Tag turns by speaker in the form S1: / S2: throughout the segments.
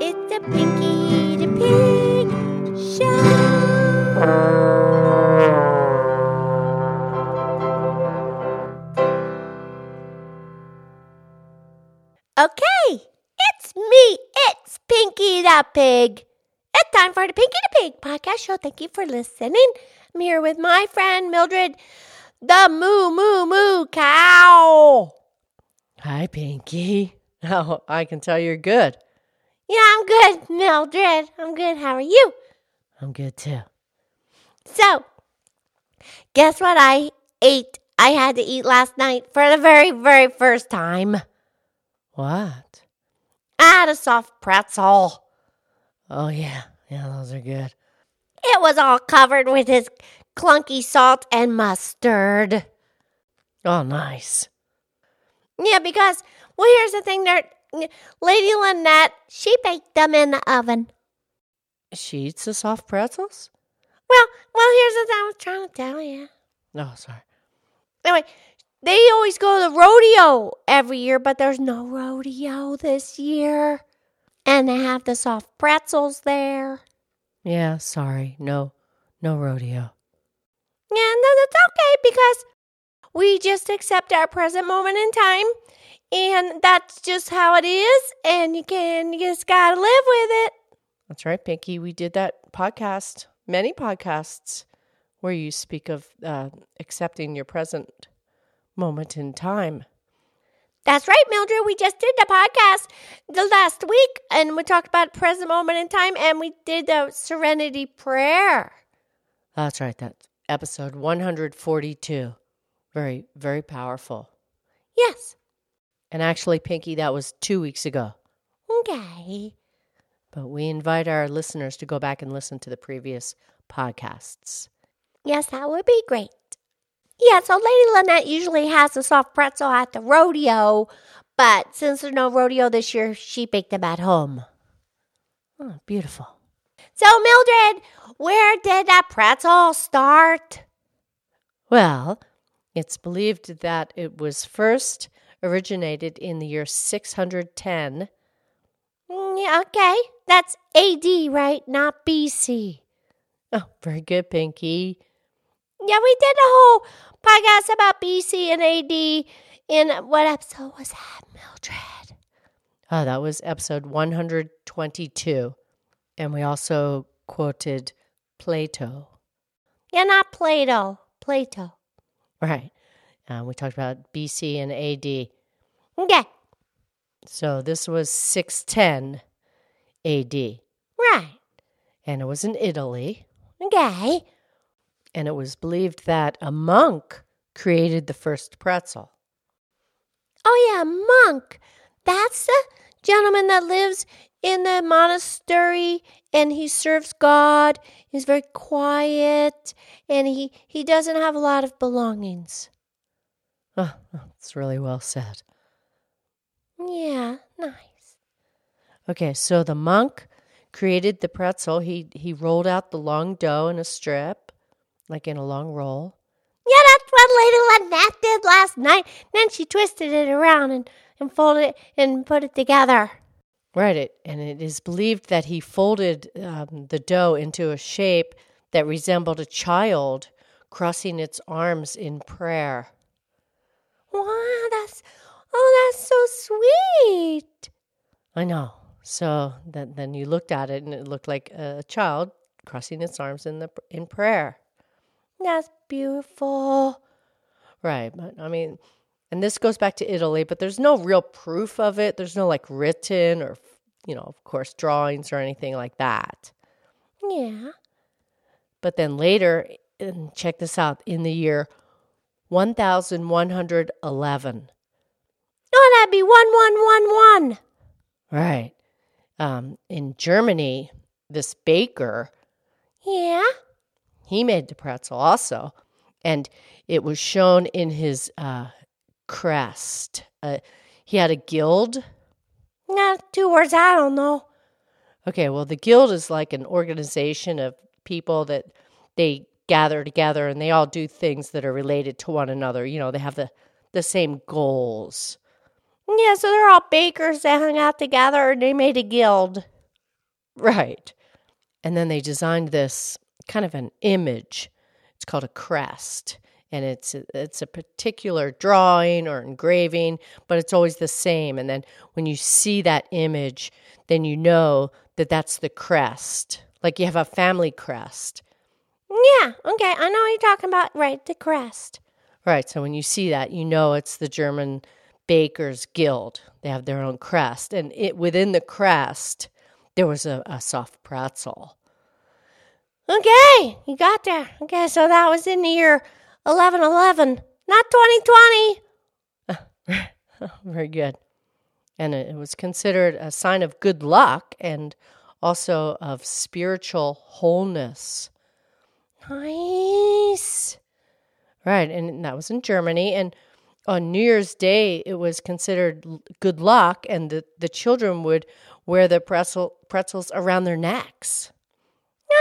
S1: It's a Pinky the Pig show. Okay, it's me. It's Pinky the Pig. It's time for the Pinky the Pig podcast show. Thank you for listening. I'm here with my friend Mildred, the Moo Moo Moo Cow.
S2: Hi, Pinky. Oh, I can tell you're good.
S1: Yeah, I'm good, Mildred. I'm good. How are you?
S2: I'm good too.
S1: So, guess what I ate? I had to eat last night for the very, very first time.
S2: What?
S1: I had a soft pretzel.
S2: Oh, yeah. Yeah, those are good.
S1: It was all covered with his clunky salt and mustard.
S2: Oh, nice.
S1: Yeah, because, well, here's the thing there. Lady Lynette, she baked them in the oven.
S2: She eats the soft pretzels?
S1: Well, well, here's the thing I was trying to tell you.
S2: Oh, sorry.
S1: Anyway, they always go to the rodeo every year, but there's no rodeo this year. And they have the soft pretzels there.
S2: Yeah, sorry. No, no rodeo.
S1: And then it's okay because we just accept our present moment in time. And that's just how it is. And you can, you just gotta live with it.
S2: That's right, Pinky. We did that podcast, many podcasts, where you speak of uh, accepting your present moment in time.
S1: That's right, Mildred. We just did the podcast the last week and we talked about present moment in time and we did the serenity prayer.
S2: That's right. That's episode 142. Very, very powerful.
S1: Yes.
S2: And actually, Pinky, that was two weeks ago.
S1: Okay.
S2: But we invite our listeners to go back and listen to the previous podcasts.
S1: Yes, that would be great. Yeah, so Lady Lynette usually has a soft pretzel at the rodeo, but since there's no rodeo this year, she baked them at home.
S2: Oh, beautiful.
S1: So, Mildred, where did that pretzel start?
S2: Well, it's believed that it was first originated in the year 610.
S1: Mm, yeah, okay. That's AD, right? Not BC.
S2: Oh, very good, Pinky.
S1: Yeah, we did a whole podcast about BC and AD. In what episode was that, Mildred?
S2: Oh, that was episode 122. And we also quoted Plato.
S1: Yeah, not Plato. Plato.
S2: Right. Uh, we talked about BC and AD.
S1: Okay,
S2: So this was 610 AD.
S1: right.
S2: And it was in Italy.
S1: Okay.
S2: And it was believed that a monk created the first pretzel.
S1: Oh, yeah, monk. That's the gentleman that lives in the monastery and he serves God. He's very quiet and he, he doesn't have a lot of belongings.
S2: Oh, that's really well said.
S1: Yeah, nice.
S2: Okay, so the monk created the pretzel. He he rolled out the long dough in a strip, like in a long roll.
S1: Yeah, that's what Lady Lynette did last night. Then she twisted it around and, and folded it and put it together.
S2: Right, it, and it is believed that he folded um, the dough into a shape that resembled a child crossing its arms in prayer.
S1: Wow, that's oh, that's so sweet.
S2: I know. So that then you looked at it and it looked like a child crossing its arms in the in prayer.
S1: That's beautiful.
S2: Right. But I mean, and this goes back to Italy, but there's no real proof of it. There's no like written or, you know, of course, drawings or anything like that.
S1: Yeah.
S2: But then later, and check this out, in the year 1111,
S1: Oh, that'd be one, one, one, one.
S2: right, um, in Germany, this baker,
S1: Yeah.
S2: he made the pretzel also, and it was shown in his uh, crest. Uh, he had a guild
S1: Not two words. I don't know.
S2: Okay, well, the guild is like an organization of people that they gather together and they all do things that are related to one another. You know, they have the, the same goals.
S1: Yeah, so they're all bakers that hung out together and they made a guild.
S2: Right. And then they designed this kind of an image. It's called a crest. And it's it's a particular drawing or engraving, but it's always the same. And then when you see that image, then you know that that's the crest. Like you have a family crest,
S1: Yeah, okay, I know what you're talking about. Right, the crest.
S2: right? So when you see that, you know it's the German Bakers Guild. They have their own crest, and it within the crest there was a, a soft pretzel.
S1: Okay, you got there. Okay, so that was in the year 1111, not 2020.
S2: Very good. And it it was considered a sign of good luck and also of spiritual wholeness.
S1: Nice.
S2: Right. And that was in Germany. And on New Year's Day, it was considered l- good luck, and the, the children would wear the pretzel, pretzels around their necks.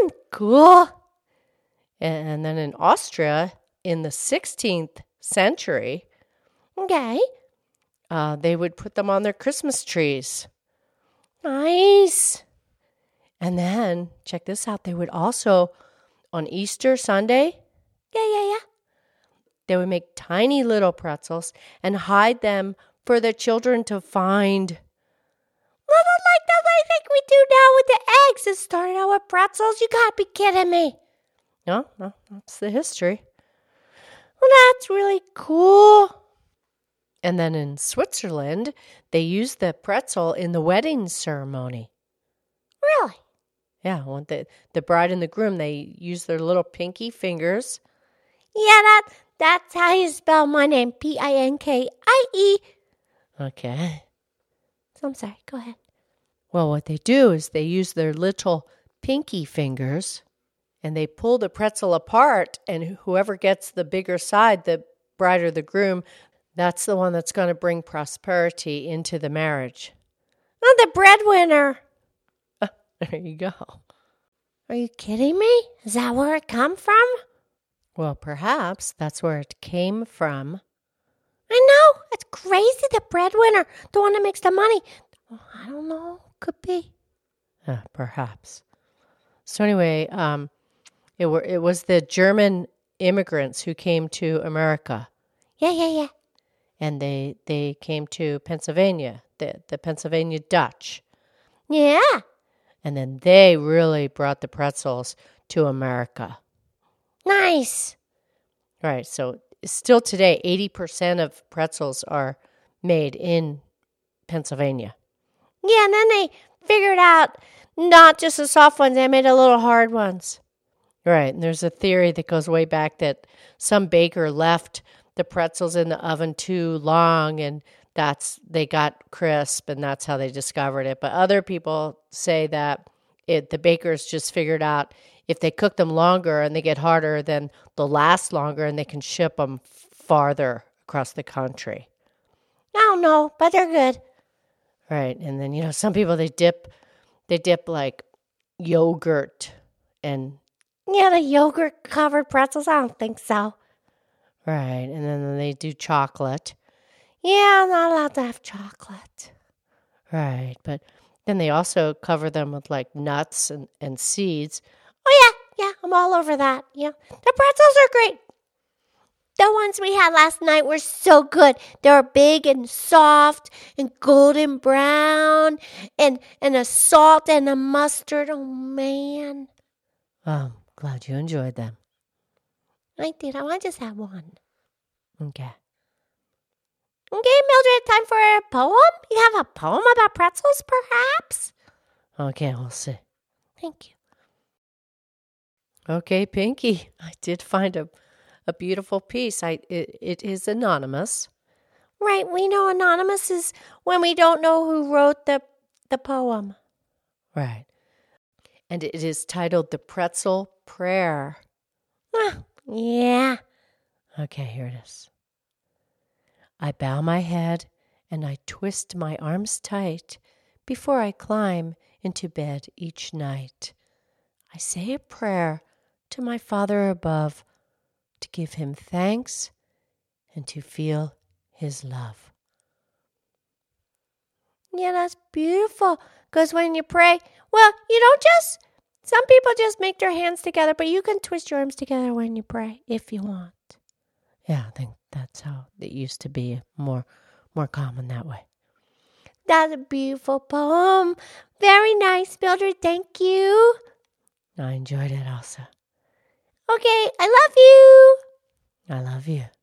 S1: And cool.
S2: And then in Austria, in the 16th century,
S1: Okay,
S2: uh, they would put them on their Christmas trees.
S1: nice.
S2: And then, check this out, they would also, on Easter Sunday,
S1: Yeah, yeah, yeah.
S2: They would make tiny little pretzels and hide them for their children to find.
S1: Little like the way I think we do now with the eggs. It started out with pretzels. You gotta be kidding me.
S2: No, no, that's the history.
S1: Well, that's really cool.
S2: And then in Switzerland, they used the pretzel in the wedding ceremony.
S1: Really?
S2: Yeah, when the, the bride and the groom, they use their little pinky fingers.
S1: Yeah, that that's how you spell my name. P I N K I E.
S2: Okay.
S1: I'm sorry. Go ahead.
S2: Well, what they do is they use their little pinky fingers and they pull the pretzel apart, and whoever gets the bigger side, the bride or the groom, that's the one that's going to bring prosperity into the marriage. Ah,
S1: I'm the breadwinner.
S2: There you go.
S1: Are you kidding me? Is that where it come from?
S2: Well, perhaps that's where it came from.
S1: I know. It's crazy. The breadwinner, the one that makes the money. I don't know. Could be.
S2: Uh, perhaps. So anyway, um, it were it was the German immigrants who came to America.
S1: Yeah, yeah, yeah.
S2: and they they came to Pennsylvania, the the Pennsylvania Dutch,
S1: Yeah.
S2: and then they really brought the pretzels to America.
S1: Nice.
S2: Right. So still today, eighty percent of pretzels are made in Pennsylvania.
S1: Yeah, and then they figured out not just the soft ones, they made the little hard ones.
S2: Right. And there's a theory that goes way back that some baker left the pretzels in the oven too long and that's they got crisp and that's how they discovered it. But other people say that it the bakers just figured out if they cook them longer and they get harder, then they'll last longer and they can ship them farther across the country.
S1: I don't know, but they're good.
S2: Right. And then, you know, some people they dip they dip like yogurt and
S1: Yeah, the yogurt covered pretzels. I don't think so.
S2: right. And then they do chocolate.
S1: Yeah, I'm not allowed to have chocolate.
S2: Right, but then they also cover them with like nuts and, and seeds.
S1: Oh yeah, yeah, I'm all over that. Yeah, the pretzels are great. The ones we had last night were so good. They were big and soft and golden brown, and and a salt and a mustard. Oh man,
S2: Oh, I'm glad you enjoyed them.
S1: I did. I want to just have one.
S2: Okay.
S1: Okay, Mildred, time for a poem. You have a poem about pretzels, perhaps?
S2: Okay, we'll see.
S1: Thank you.
S2: Okay, Pinky, I did find a a beautiful piece. I it, it is anonymous.
S1: Right, we know anonymous is when we don't know who wrote the the poem.
S2: Right. And it is titled The Pretzel Prayer.
S1: Ah, yeah.
S2: Okay, here it is. I bow my head and I twist my arms tight before I climb into bed each night. I say a prayer to my Father above to give him thanks and to feel his love.
S1: Yeah, that's beautiful. Because when you pray, well, you don't Oh, just, some people just make their hands together, but you can twist your arms together when you pray if you want.
S2: Yeah, I think that's how it used to be more more common that way.
S1: That's a beautiful poem. Very nice, Mildred. Thank you.
S2: I enjoyed it also.
S1: Okay, I love you.
S2: I love you.